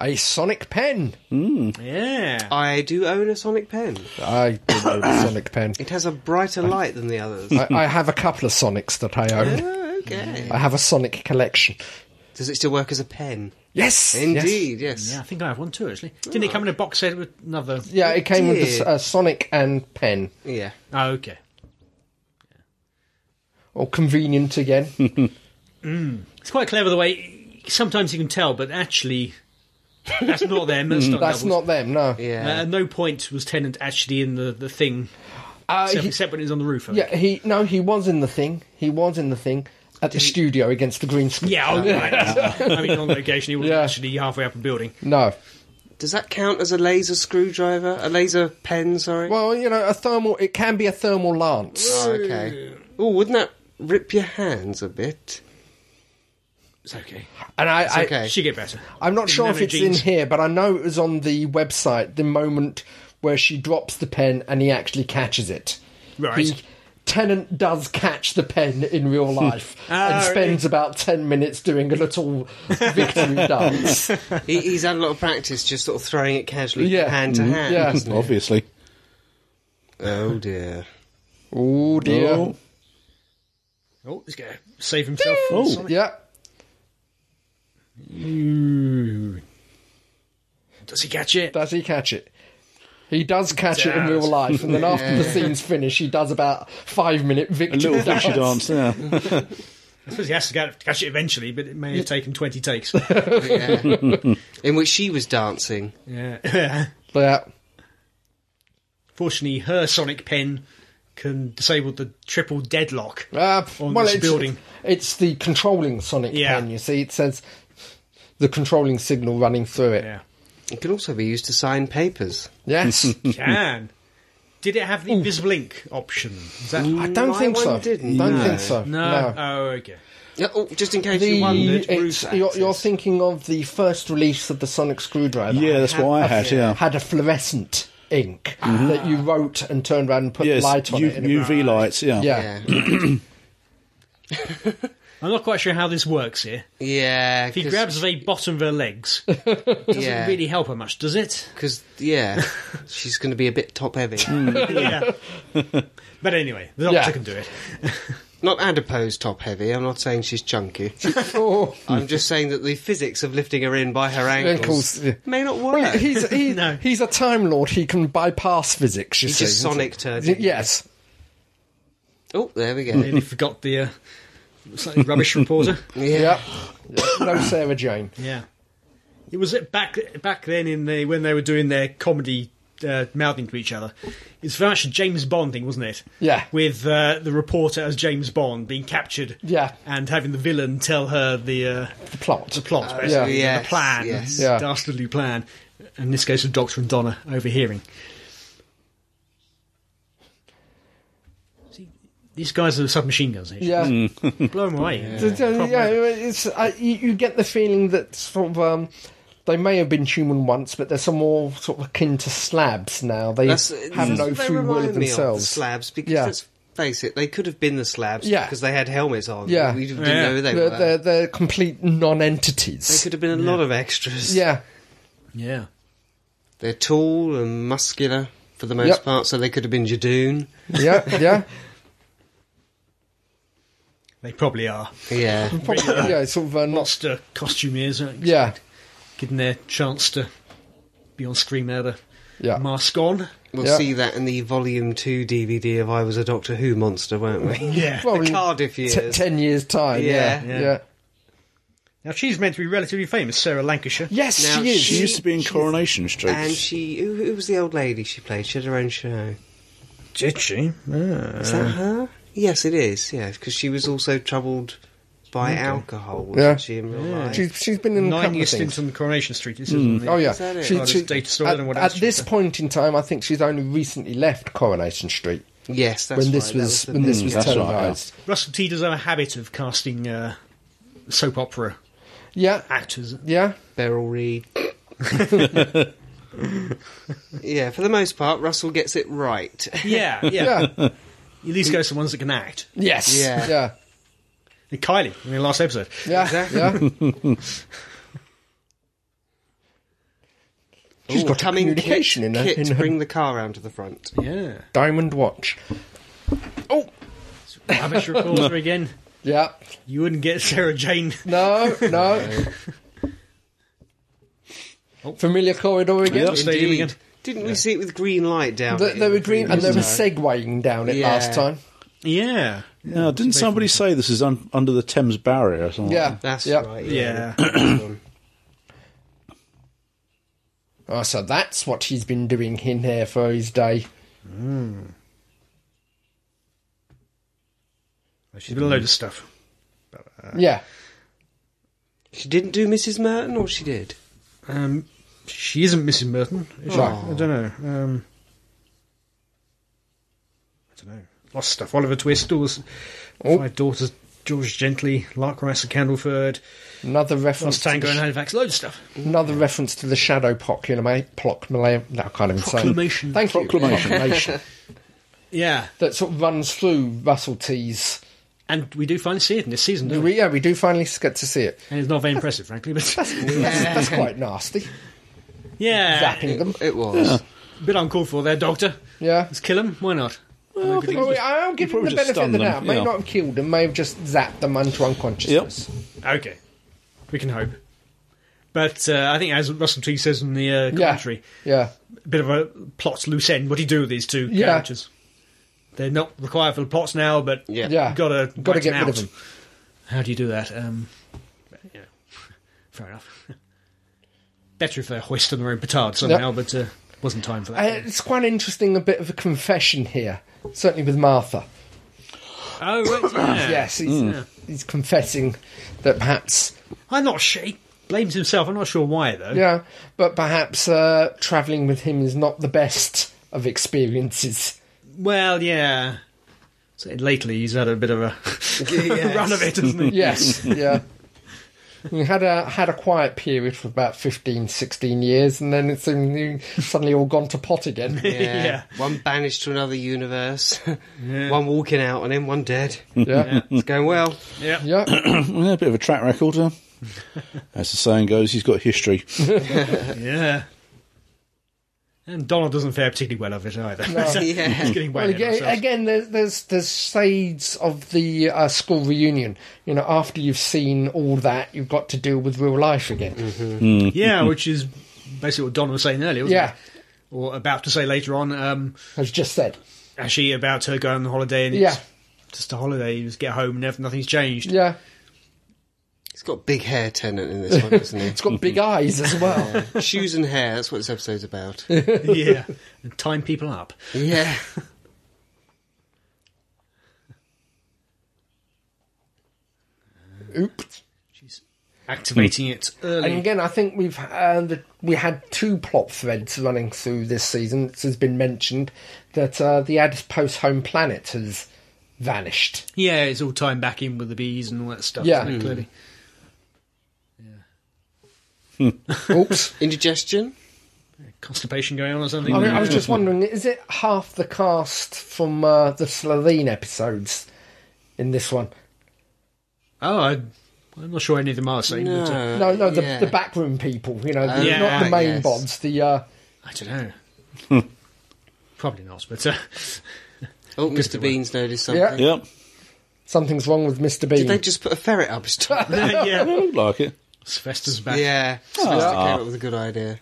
A sonic pen. Yeah. I do own a Sonic pen. I did own a sonic pen. It has a brighter light than the others. I, I have a couple of sonics that I own. Oh, okay. I have a sonic collection. Does it still work as a pen? Yes, yes. Indeed, yes. Yeah, I think I have one too, actually. Didn't it come in a box set with another? Yeah, it came with a s- did. a sonic and pen. Yeah. Oh, okay. Or convenient again. It's quite clever the way sometimes you can tell, but actually, that's not them. That's not. That's not doubles. them. No. Yeah. Uh, at no point was Tennant actually in the, the thing, Uh, except, he- except when he was on the roof. I think. Yeah, he no, he was in the thing. He was in the thing at the studio against the green screen. Yeah, all right. I mean, on location, he wasn't Yeah. actually halfway up a building. No. Does that count as a laser screwdriver? A laser pen, sorry? Well, you know, a thermal. It can be a thermal lance. Oh, okay. Oh, wouldn't that rip your hands a bit? It's okay. And I, I okay. She get better. I'm not It's sure if nano it's jeans. in here, but I know it was on the website. The moment where she drops the pen and he actually catches it. Right. He, Tennant does catch the pen in real Hmm. life Ah, and spends about ten minutes doing a little victory dance. He, he's had a lot of practice just sort of throwing it casually Yeah. hand to hand. yeah. hasn't he? Obviously. Oh, dear. Oh dear. Oh, Oh, he's going to save himself. Oh. Oh, Yeah. Oh. Does he catch it? Does he catch it? He does catch it in Dad. real life, and then after the scene's finished, he does about five minute a victory little dance. fishy dance. Yeah. I suppose he has to get- catch it eventually, but it may have taken 20 takes. In which she was dancing. yeah. Yeah. Fortunately, her sonic pen can disable the triple deadlock. Uh, On well, this it's, building. it's the controlling Sonic Yeah. pen. You see, it says the controlling signal running through it. Yeah. It can also be used to sign papers. Yes, Can. Did it have the invisible ink option? Is that I don't My think one so. didn't. Don't No. Uh, think so. no? Oh, okay. Yeah, oh, just in case you The, wondered, it's, Ruth you're, access. you're thinking of the first release of the Sonic Screwdriver. Yeah, that's what I had. Yeah, Mm-hmm. had a fluorescent ink that you wrote and turned around and put yes, light on U- it. in a- UV lights. Yeah, yeah. yeah, I'm not quite sure how this works here. yeah. If he grabs the bottom of her legs, it doesn't doesn't really help her much, does it? because yeah, she's going to be a bit top heavy. Hmm. yeah. but anyway, the doctor Yeah. can do it. not adipose top heavy. I'm not saying she's chunky. Oh, I'm just saying that the physics of lifting her in by her ankles. ankles yeah. may not Well, work. he's he, No. he's a time lord. He can bypass physics. You He's see, just Sonic turned. Y- Yes. Oh, there we go. Nearly forgot the uh, slightly rubbish reporter. Yeah. Yep. no Sarah Jane. Yeah, it was it back back then in the when they were doing their comedy uh, mouthing to each other. It's very much a James Bond thing, wasn't it? Yeah. with uh, the reporter as James Bond being captured. Yeah. and having the villain tell her the uh, The plot. the plot basically, yeah. and Oh, Yes, the plan, yes. Yeah. dastardly plan. And this goes to Doctor and Donna overhearing. See, These guys are submachine guns. Actually. Yeah. Hmm. Blow 'em away. So, so, yeah, it's uh, you, you get the feeling that sort of um, they may have been human once, but they're some more sort of akin to slabs now. They That's, uh, have that's no what they free will remind of me themselves. the slabs, because Yeah. let's face it, they could have been the slabs Yeah. because they had helmets on. Yeah. We didn't Yeah. know who they They're, were. they're, they're complete They non-entities. could have been a lot of extras. Yeah, yeah. They're tall and muscular for the most Yep. part, so they could have been Jadoon. yeah, yeah, They probably are. Yeah. Probably, yeah. Sort of uh, not. Monster costumiers aren't they? Yeah, given their chance to be on screen now. The yeah. mask on. We'll Yeah. see that in the Volume 2 DVD of I Was a Doctor Who Monster, won't we? Yeah. Well, the in Cardiff years. t- ten years time. Yeah, Yeah. yeah. Yeah. Now she's meant to be relatively famous, Sarah Lancashire. Yes, Now she is. she used to be in Coronation Street. and she, who, who was the old lady she played? She had her own show. Did she? Is that her? Yes, it is. Yeah, because she was also troubled by alcohol, wasn't Yeah. she? In real life, She's, she's been in a Nine couple year of things. stint on Coronation Street. This isn't Oh yeah, Is that it? She- Oh, she- there's data store, I at, don't know what at else she's this done. point in time, I think she's only recently left Coronation Street yes, that's when right, this that was the when this bit. was that's right, yeah. televised. Russell T does have a habit of casting uh, soap opera Yeah, actors. yeah, Beryl Reed. yeah, for the most part, Russell gets it right. Yeah, yeah. yeah, At least goes to ones that can act. yes, Yeah. yeah, yeah, And Kylie in the last episode. yeah. Exactly. She's Ooh, got a Oh, coming communication kit, in her, kit, in her bring the car round to the front. Yeah. diamond watch. Oh, Rubbish reporter again. yeah. You wouldn't get Sarah Jane. No, no. Oh. Familiar corridor again. Yep. Stadium Indeed. again. Didn't we see it with green light down? They, it they in were the green and they previous were time? segwaying down it Yeah. last time. Yeah. yeah, didn't somebody say this is un- under the Thames Barrier or something? Yeah, That's yeah. right. Yeah. Oh, so that's what he's been doing in here for his day. She's been a load of stuff. yeah, She didn't do Mrs. Merton, or she did. Um, she isn't Mrs. Merton. Is she? Right. I don't know. Um, I don't know. Oh. Lost stuff. Oliver Twist, all this, Oh, Five Daughters, George Gently, Lark Rice and Candleford, another reference. Lost To Tango the, and Halifax, load of stuff. another reference to the shadow proclamation. Proclamation. No, I can't even Proclamation. say. Thank you. Proclamation. Proclamation. Yeah. that sort of runs through Russell T's. And we do finally see it in this season, don't we? We, yeah, we do finally get to see it. And it's not very impressive, frankly, but That's quite nasty. yeah. Zapping them. It was. bit uncalled for there, Doctor. Yeah. Let's kill him. Why not? Well, I think Well, it was- I'll give him probably just the benefit of stunned the them, doubt. May yeah. not have killed them, may have just zapped them into unconsciousness. Okay. We can hope. But uh, I think, as Russell T says in the uh, commentary, Yeah. bit of a plot loose end. What do you do with these two Yeah. characters? They're not required for the plots now, but Yeah. Yeah. you've got to Got to get get out. rid of them. How do you do that? Um, but, you know, fair enough. Better if they hoist on their own petard somehow, but uh, wasn't time for Uh, that. it's quite interesting, a bit of a confession here, certainly with Martha. oh, right, yeah. Yes, he's, Mm. he's confessing that perhaps, I'm not sure. He blames himself. I'm not sure why though. yeah, but perhaps uh, travelling with him is not the best of experiences. Well, yeah. So lately, he's had a bit of a Yes. run of it, hasn't he? Yes, yeah. We had a had a quiet period for about 15, 16 years, and then it's suddenly suddenly all gone to pot again. Yeah. Yeah. One banished to another universe. one walking out on him, one dead. Yeah, It's going well. Yeah. yeah. Yeah, a bit of a track record, huh? As the saying goes, he's got history. Yeah. And Donald doesn't fare particularly well of it either. Yeah. He's getting way Well, ahead of again, himself. again there's, there's there's shades of the uh, school reunion. You know, after you've seen all that, you've got to deal with real life again. Yeah, which is basically what Don was saying earlier, wasn't Mm-hmm. Yeah, it? Or about to say later on, um, as just said. actually about her going on holiday and Yeah, it's just a holiday. You just get home, never, nothing's changed. yeah. He's got big hair tenant in this one, isn't It's got big eyes as well. he? Shoes and hair, that's what this episode's about. yeah. And time people up. Yeah. Oops. She's activating it early. Mm. And again, I think we've uh, the, we had two plot threads running through this season. This has been mentioned that uh, the adipose home planet has vanished. yeah, it's all time back in with the bees and all that stuff. Yeah. Mm. isn't it, clearly. Oops. Indigestion? Constipation going on or something. I, mean, I was just wondering, is it half the cast from uh, the Slovene episodes in this one? oh, I, I'm not sure any of them are seen. But, uh, No, no, the, yeah. Uh, the backroom people, you know, the, Yeah, not the main yes. bods, the... Uh, I don't know. Probably not, but uh, Oh, Mr. Bean's noticed something. yeah, Yep, something's wrong with Mr Bean. Did they just put a ferret up his top? yeah, I like it. Sylvester's back. yeah. Oh. Sylvester came up with a good idea.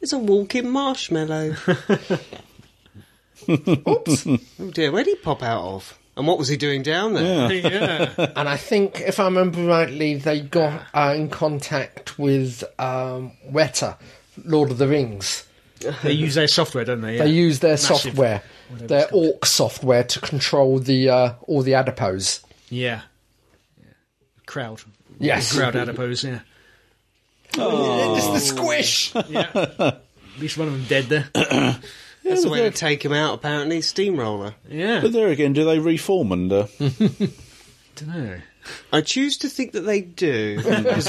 It's a walking marshmallow. Oops. Oh dear, where'd he pop out of? And what was he doing down there? Yeah. yeah. and I think, if I remember rightly, they got uh, in contact with um, Weta, Lord of the Rings. They use their software, don't they? Yeah. They use their software, whatever their it's called. orc software, to control the uh, all the adipose. yeah. Yeah. Crowd. Yes. Crowd adipose, yeah. It's Oh. the squish. Yeah. At least one of them dead there. That's the way to take him out, apparently. Steamroller. Yeah. But there again, do they reform and uh, don't know. I choose to think that they do. 'cause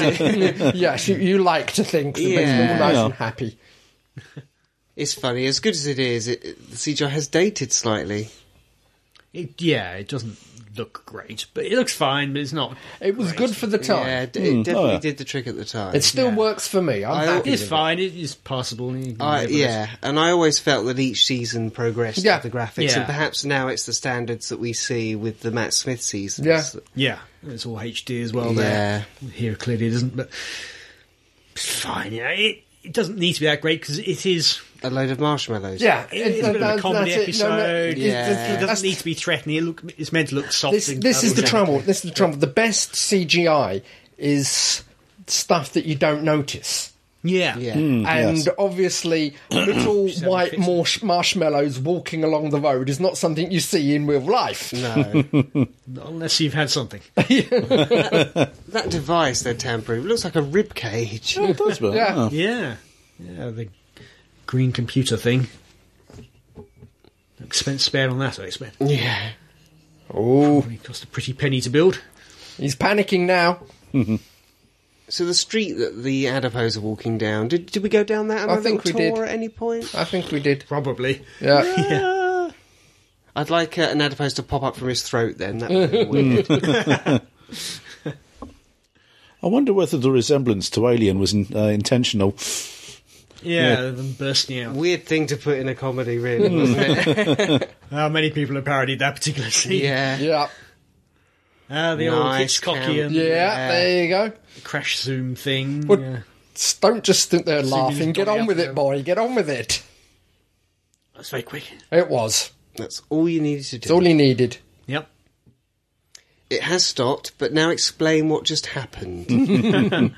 it- yes, you, you like to think that yeah. Yeah. all nice Yeah. and happy. it's funny. As good as it is, it, it- the CGI has dated slightly. It, yeah, it doesn't look great, but it looks fine, but it's not. It was good for the time. Yeah, d- Hmm, it definitely oh, yeah. did the trick at the time. It still Yeah. works for me. I'm I- happy. with It's it. fine, it is passable. you can I, live with it. yeah, and I always felt that each season progressed Yeah. with the graphics, Yeah. and perhaps now it's the standards that we see with the Matt Smith seasons. Yeah. Yeah, it's all HD as well Yeah. there. Here clearly it isn't, but it's fine. Yeah, it, it doesn't need to be that great because it is. A load of marshmallows. Yeah, It's a bit of that- a comedy that's it. episode. No, no, it, it- Yeah. it- it that's- doesn't need to be threatening. It look, it's meant to look soft. This, and this is the cuddly. trouble. This is the trouble. The best CGI is stuff that you don't notice. Yeah, Yeah. Hmm. and yes. obviously, little white fits. marsh- marshmallows walking along the road is not something you see in real life. No. Unless you've had something. that device they're tampering with looks like a rib cage. Hmm. it does, but Yeah. yeah. Yeah, yeah, the green computer thing. Expense spared on that, I expect. yeah. Oh, Probably cost a pretty penny to build. he's panicking now. So the street that the adipose are walking down, did, did we go down that? I think we tour did. at any point. Ah. I think we did. Probably. Yeah. I'd like uh, an adipose to pop up from his throat. Then that would Hmm. be weird. I wonder whether the resemblance to Alien was in, uh, intentional. Yeah, them bursting out. weird thing to put in a comedy, Hmm. really, wasn't it? How many people have parodied that particular scene? Yeah. Yeah. Ah, the Nice old count. Hitchcocky and Yeah, Yeah. there you go. crash zoom thing. What- Yeah. S- Don't just sit there you laughing. just Get got on me with up it, there. boy. Get on with it. That's very quick. It was. That's all you needed to It's do. all he needed. Yep. It has stopped, but now explain what just Hmm. happened.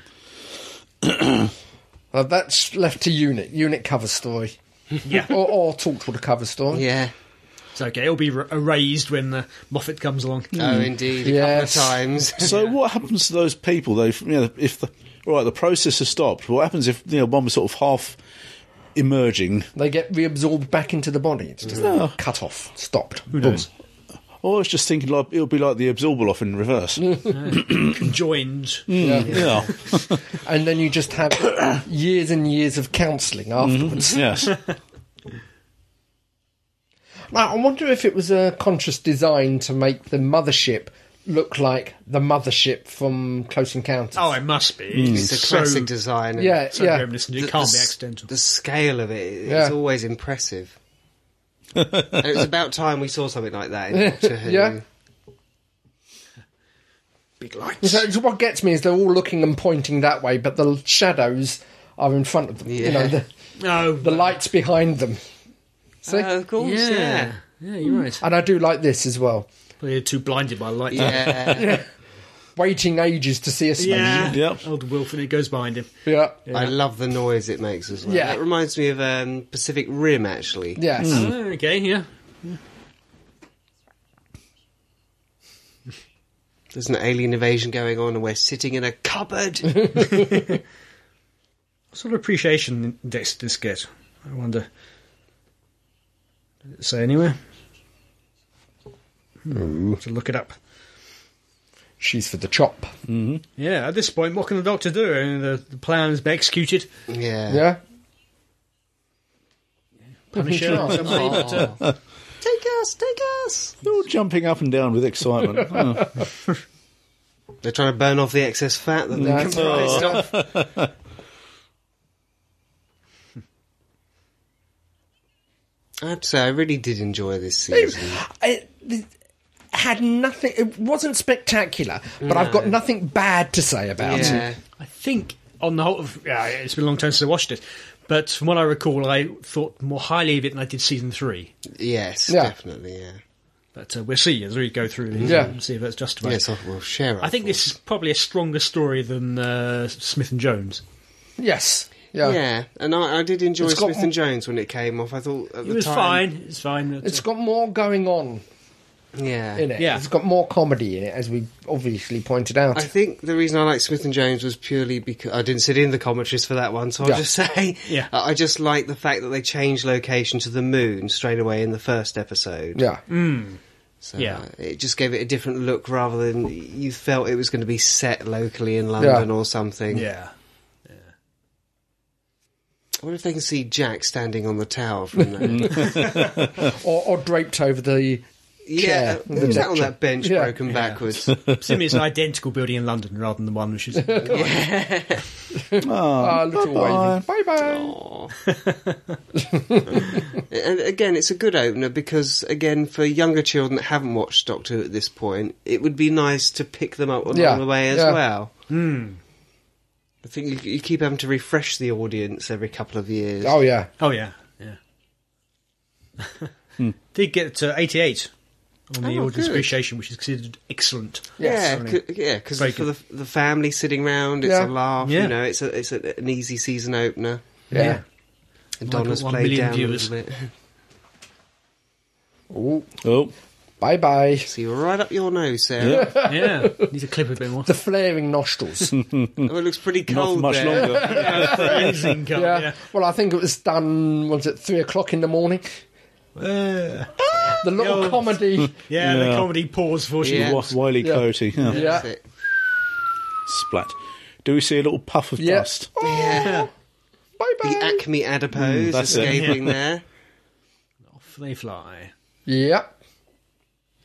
Uh, that's left to unit. Unit cover story. Yeah. Or, or Torchwood cover story. yeah. it's okay. It'll be r- erased when uh, Moffat comes along. Oh, indeed. A Hmm. Yes. couple of times. So what happens to those people? They, you know, if the, all right, the process has stopped. What happens if you know one was sort of half emerging, They get reabsorbed back into the body. It's just Oh. cut off, stopped. Who knows? or I was just thinking like it'll be like the absorbable off in reverse. Conjoined. yeah. And then you just have years and years of counselling afterwards. yes. Now, I wonder if it was a conscious design to make the mothership look like the mothership from Close Encounters. Oh, it must be. It's a so- classic design. and yeah, So yeah. reminiscent. It the- can't the be s- accidental. The scale of it is Yeah. always impressive. And it was about time we saw something like that in Doctor Who. Yeah. Big lights. So, so what gets me is they're all looking and pointing that way, but the shadows are in front of them. You know, Yeah. the, No. the lights behind them. See? Oh, of course, Yeah. yeah. yeah. you're right. and I do like this as well. They're too blinded by light. Yeah. Waiting ages to see a smooth. Yeah. Yep. Old Wilf and it goes behind him. Yeah. I love the noise it makes as well. Yeah. That reminds me of um, Pacific Rim, actually. Yes. Oh, okay, yeah. There's an alien invasion going on, and we're sitting in a cupboard. What sort of appreciation index did this get? I wonder. Did it say anywhere? Hmm. To look it up. She's for the chop. Yeah, at this point, what can the doctor do? I mean, the, the plan has been executed. yeah. Yeah. Punisher. or somebody, but, uh, Take us, take us. They're all jumping up and down with excitement. Oh. They're trying to burn off the excess fat that they That's comprised of. I have to say, I really did enjoy this season. it, it had nothing. It wasn't spectacular, but I've got nothing bad to say about it. Yeah. I think on the whole, of, yeah, it's been a long time since I watched it, but from what I recall, I thought more highly of it than I did season three. Yes, Yeah. definitely, yeah. But uh, we'll see as we go through these Yeah. and see if that's justified. Yes, I will share. I think this is probably a stronger story than uh, Smith and Jones. Yes. Yeah. Yeah, and I, I did enjoy It's got- Smith and Jones when it came off. I thought at It the was time, fine. It's fine. uh, It's got more going on Yeah, in it. Yeah. It's got more comedy in it, as we obviously pointed out. I think the reason I like Smith and Jones was purely because I didn't sit in the commentaries for that one, so I'll Yeah. just say uh, Yeah. I I just like the fact that they changed location to the moon straight away in the first episode. yeah. So Yeah. uh, it just gave it a different look rather than you felt it was going to be set locally in London or something. yeah. I wonder if they can see Jack standing on the tower from there. Or, or draped over the. yeah, uh, Chair. who's that on that bench Yeah. broken backwards? Presumably it's an identical building in London rather than the one which is. Ah, little bye-bye. wavy. Bye bye. Aw. and again, it's a good opener because, again, for younger children that haven't watched Doctor Who at this point, it would be nice to pick them up along Yeah, the way as yeah. well. Hmm. I think you, you keep having to refresh the audience every couple of years. Oh, yeah. oh yeah, yeah. Did get to 88 on the Hmm. Oh, audience good. appreciation, which is considered excellent. yeah, Yes. c- yeah, because Very for good. the, the family sitting round, it's Yeah. a laugh. Yeah. You know, it's a, it's a, an easy season opener. Yeah. And Like Donna's one played million down viewers. a little bit. Ooh. Oh, Bye bye. So you're right up your nose, Sarah. yeah. Yeah, yeah. Need to clip a bit more. The flaring nostrils. Oh, it looks pretty Not cold for much there. longer. Freezing cold, yeah. yeah. Well, I think it was done, was it three o'clock in the morning? Uh, The little Yo. comedy. yeah, the Yeah. comedy pause for she Yeah. yeah. Wa- Wiley Yeah. Coyote. Yeah. That's Yeah. it. Splat. Do we see a little puff of Yeah. dust? Yeah. Bye The bye. acme adipose that's it. escaping there. Off they fly. yeah.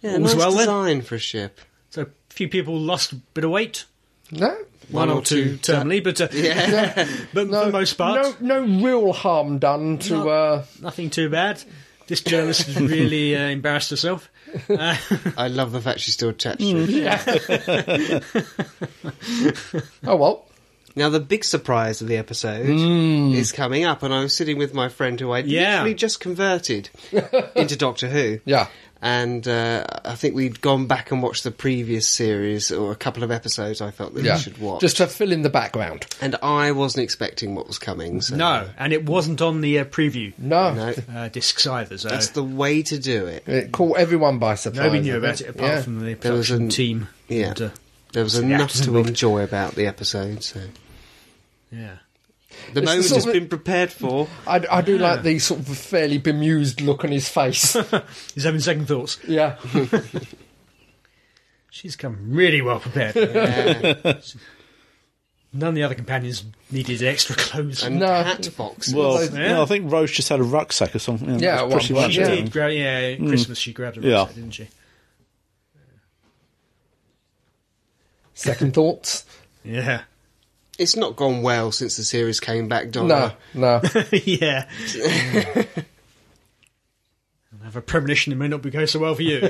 Yeah, All's nice well then. design for a ship. So a few people lost a bit of weight. No. One, or two, terminally, but uh, Yeah. but for the most part, No, no real harm done to. No. Uh, nothing too bad. This journalist has really uh, embarrassed herself. Uh, I love the fact she's still attached Mm. to it. oh well. Now, the big surprise of the episode is coming up, and I was sitting with my friend who I'd Yeah. literally just converted into Doctor Who. Yeah. And uh, I think we'd gone back and watched the previous series or a couple of episodes I felt that Yeah. we should watch. Just to fill in the background. And I wasn't expecting what was coming. So no, and it wasn't on the uh, preview No. No, uh, discs either. So that's the way to do it. It caught everyone by surprise. nobody knew I about it think. apart yeah. from the There was production an- team. yeah. And, uh, There was the enough actors to involved. enjoy about the episode, so. yeah. The moment sort it's of- been prepared for. I, I do like the sort of fairly bemused look on his face. He's having second thoughts. yeah. She's come really well prepared. None of the other companions needed extra clothes. And No. hat fox. Well, Although- yeah, I think Roche just had a rucksack or something. and Yeah, that's well, pretty much she yeah. it. did grab, yeah, at Hmm. Christmas she grabbed a Yeah. rucksack, didn't she? Second thoughts? Yeah. it's not gone well since the series came back, Donna. No, no. yeah. I have a premonition it may not be going so well for you.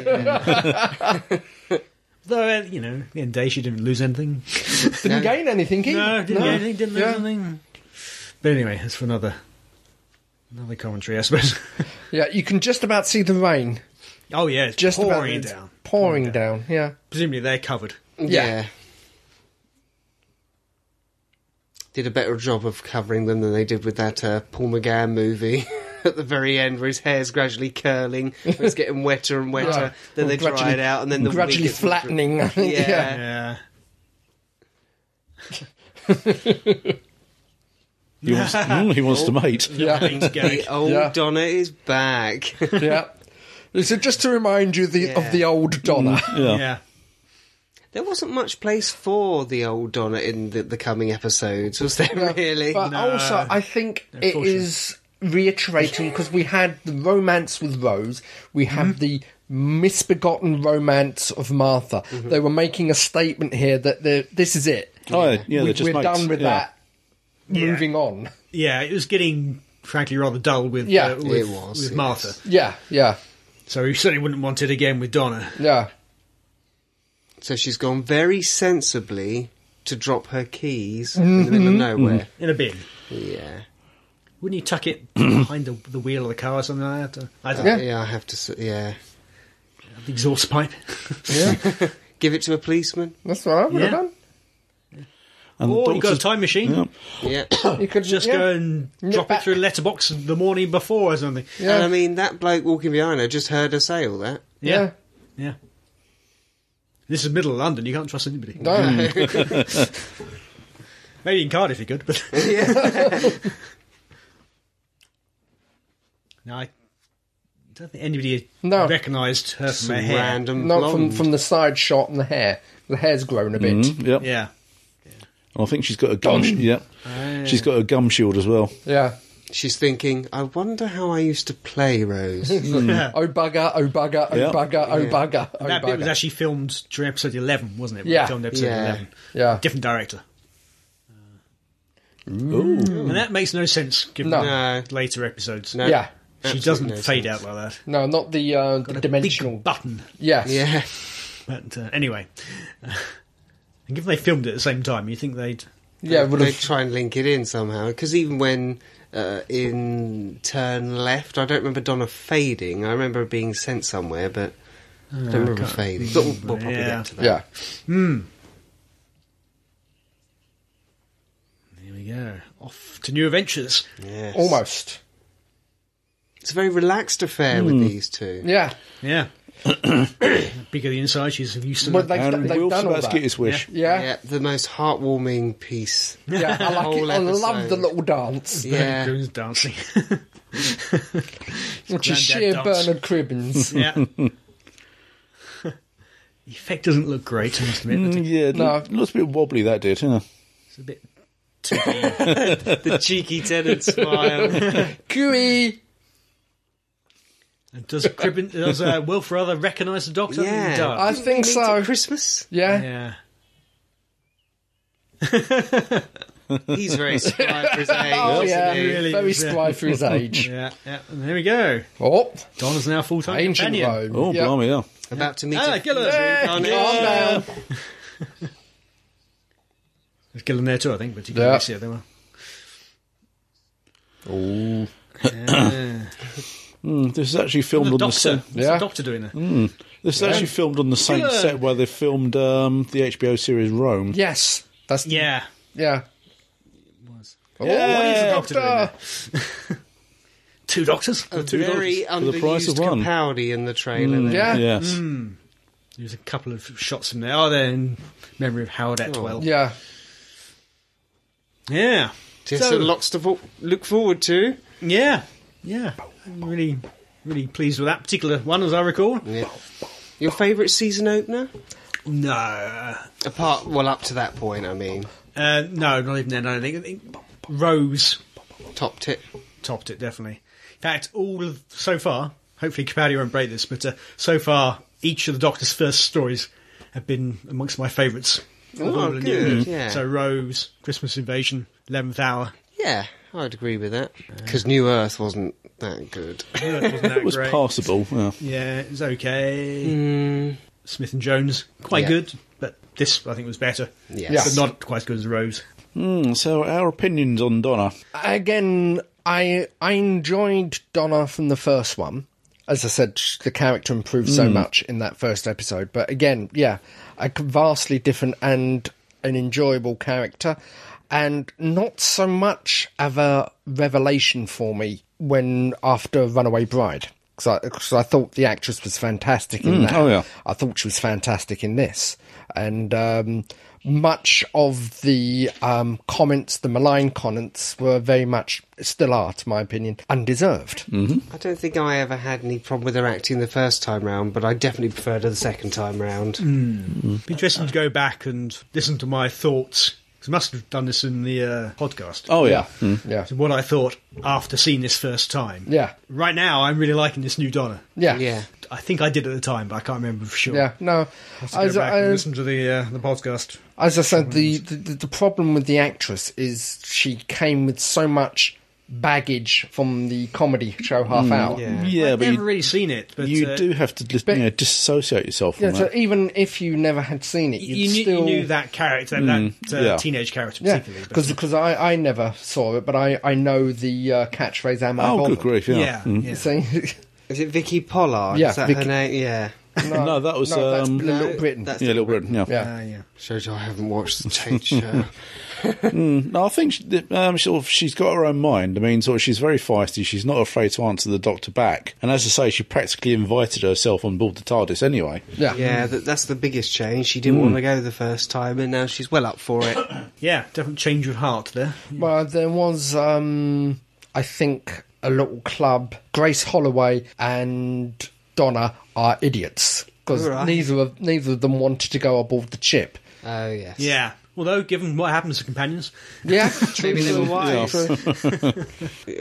Though, uh, you know, at the end of the day, she didn't lose anything. Didn't gain anything, either. No, didn't get anything, didn't lose Yeah. anything. But anyway, that's for another another commentary, I suppose. Yeah, you can just about see the rain. oh, yeah, it's Just about pouring it's down. Pouring down, yeah. Presumably they're covered. Yeah. Yeah. Did a better job of covering them than they did with that uh, Paul McGann movie at the very end, where his hair's gradually curling, where it's getting wetter and wetter. Yeah. Then they dry Gradually- it out, and then the wig gradually gets wetter. flattening. I think, Yeah. yeah. Yeah. He wants, mm, he wants to mate. Yeah. Things going. The old Yeah. Donna is back. yeah. So just to remind you the, Yeah. of the old Donna. Yeah. Yeah. there wasn't much place for the old Donna in the, the coming episodes, was there? Really? But also, I think it caution. is reiterating because we had the romance with Rose, we have the misbegotten romance of Martha. They were making a statement here that they're- this is it. Oh, yeah, yeah, we, they're just we're mates. done with yeah. that. Moving on. Yeah, it was getting, frankly, rather dull with, Yeah. uh, with, It was, with it Martha. Yeah, yeah, So we certainly wouldn't want it again with Donna. yeah. so she's gone very sensibly to drop her keys in the middle of nowhere. In a bin. Mm-hmm, Yeah. Wouldn't you tuck it behind the, the wheel of the car or something like that? I don't Uh, yeah. Yeah. I have to. s- Yeah. know, the exhaust pipe. Give it to a policeman. That's what I would Yeah. have And Oh, the or you've Oh, got a doctor's- time machine. Yeah. Yeah. done. You could Just yeah. go and drop it back. through a letterbox the morning before or something. Yeah. And I mean, that bloke walking behind her just heard her say all that. Yeah. Yeah. This is middle of London. You can't trust anybody. No. Maybe in Cardiff you could, but. no, I don't think anybody No. recognised her from Some her hair. random Not from, blonde. from the side shot and the hair. The hair's grown a bit. Mm, yeah. Yeah. I think she's got a gum. sh- yeah. She's got a gum shield as well. Yeah. She's thinking, I wonder how I used to play Rose. Oh bugger, oh bugger, oh Yeah. bugger, oh bugger, oh that bit was bugger. actually filmed during episode 11, wasn't it? Yeah. We filmed episode Yeah. 11. yeah. Different director. Ooh. And that makes no sense given No. No. later episodes. No. Yeah. She Absolutely doesn't no fade sense. out like that. No, not the uh, the Got a dimensional. big button. yes. Yeah. But uh, anyway, and given they filmed it at the same time, you think they'd Yeah, would They have. try and link it in somehow. Because even when uh, in Turn Left, I don't remember Donna fading. I remember her being sent somewhere, but I don't remember fading. But we'll, we'll probably Yeah. get to that. Yeah. Here we go. Off to new adventures. Yes. Almost. It's a very relaxed affair Hmm. with these two. Yeah. Yeah. Bigger the inside, she's used to Well, that. they've, And they've Wilf's done all about to that. get his wish. yeah. yeah. Yeah, the most heartwarming piece. I like it. Whole I love the episode. little dance. Yeah. Goons dancing. Which is Grandad sheer dance. Bernard Cribbins. yeah. the effect doesn't look great, I must admit. Mm, yeah, it No. look- looks a bit wobbly, that did, yeah. It's a bit too big. the cheeky tenant smile. Gooey. And Does Cribbin, does uh, Wilf rather recognise the doctor? Yeah. He does. I think so. Christmas. Yeah. yeah. He's very spry for his age. Oh, isn't yeah. he? really Very is, yeah. spry for his age. Yeah, yeah. And there we go. Oh, Donna's now full time ancient Rome. companion. Oh, yeah. blimey, yeah. About to meet Ah, a Gillan. future Yeah, incarnation. Calm down. There's Gillen there too, I think, but you Yeah. can't see it there well. Mm, this is actually filmed The on the doctor. same. What's Yeah. Mm. the doctor doing there? This is actually filmed on the same Good. set where they filmed um, the HBO series Rome. Yes. That's. Yeah. Yeah. yeah. Oh, Yeah. he's a doctor. Two doctors? A two very dogs for the price underused of one. Hmm. Capaldi in the trailer. there. Yeah. Yes. Mm, There's a couple of shots from Oh. there. Oh, they're in memory of Howard Atwell. Yeah. Yeah. Just So- lots to vo- look forward to. Yeah, yeah. I'm really, really pleased with that particular one, as I recall. Yeah. Your favourite season opener? No, Apart, well, up to that point, I mean, uh, no, not even then. I don't think. I think Rose top tip. topped it definitely. In fact, all of, so far, hopefully Capaldi won't break this, but uh, so far each of the Doctor's first stories have been amongst my favourites. of Oh, all the new good, ones. yeah. So Rose, Christmas Invasion, Eleventh Hour. Yeah, I'd agree with that. Because New Earth wasn't that good. Wasn't that It was great? passable. Yeah. Yeah, it was okay. Hmm. Smith and Jones, quite Yeah. good, but this I think was better. Yes. but not quite as good as Rose. Mm, so our opinions on Donna. again, I I enjoyed Donna from the first one. As I said, sh- the character improved so Mm. much in that first episode. But again, yeah, a c- vastly different and an enjoyable character, and not so much of a revelation for me when after Runaway Bride. Because I, thought the actress was fantastic in that. oh, yeah. I thought she was fantastic in this. And um, much of the um, comments, the malign comments, were very much, still are, to my opinion, undeserved. I don't think I ever had any problem with her acting the first time round, but I definitely preferred her the second time round. Be interesting to go back and listen to my thoughts. 'cause I must have done this in the uh, podcast. Oh yeah. Mm. Yeah. So what I thought after seeing this first time. Yeah. Right now, I'm really liking this new Donna. Yeah. Yeah. I think I did at the time, but I can't remember for sure. Yeah, no. To go As, back and I- listen to the uh, the podcast. as I said, the, the the problem with the actress is she came with so much baggage from the comedy show half hour. Yeah. Yeah, I've but never you, really seen it, but you uh, do have to dis- you know, disassociate yourself from Yeah, so that. even if you never had seen it, You, you'd knew, you still knew that character, that, that uh, Hmm. yeah. teenage character Yeah, particularly. but- because I, I never saw it, but I, I know the uh, catchphrase "Am I Oh, bothered?" good grief! yeah, Yeah. yeah. Mm. See? Is it Vicky Pollard? Yeah, Is that Vicky- her name? Yeah. No, that was no, that's um, Little No, Britain. that's- yeah, Little Britain. Yeah. yeah. Ah, yeah. Shows you I haven't watched the change show. No, I think she, that, um, sort of she's got her own mind. I mean, sort of she's very feisty. She's not afraid to answer the doctor back. And as I say, she practically invited herself on board the TARDIS anyway. yeah, Mm. yeah, that, that's the biggest change. She didn't want to go the first time, and now she's well up for it. Yeah, definite change of heart there. Well, there was, um, I think, a little club. Grace Holloway and Donna are idiots because Right. neither of neither of them wanted to go aboard the ship. oh, yes. Yeah. Although, given what happens to companions, Yeah, Maybe they were true. wise.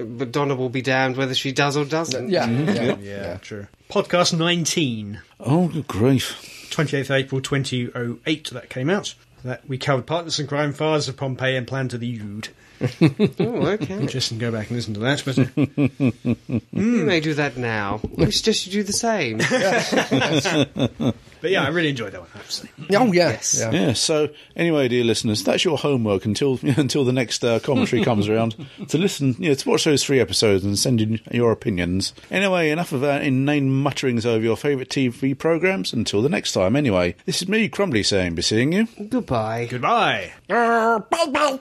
but Donna will be damned whether she does or doesn't. Yeah, Mm-hmm. yeah. yeah, true. Podcast 19, Oh, good grief! 28th of April 2008, that came out. That we covered Partners in Crime, Fathers of Pompeii, and Plan to the Ood. Oh, okay. Interesting, go back and listen to that. But uh, Mm. You may do that now. We suggest you do the same. But yeah, I really enjoyed that one, I have to say. Oh, yeah. Yes. yeah. Yeah. So anyway, dear listeners, that's your homework until until the next uh, commentary comes around to listen, you know, to watch those three episodes and send in your opinions. Anyway, enough of our inane mutterings over your favourite TV programs. Until the next time. Anyway, this is me, Crumbly, saying, "Be seeing you." Goodbye. Goodbye. Uh, bye bye.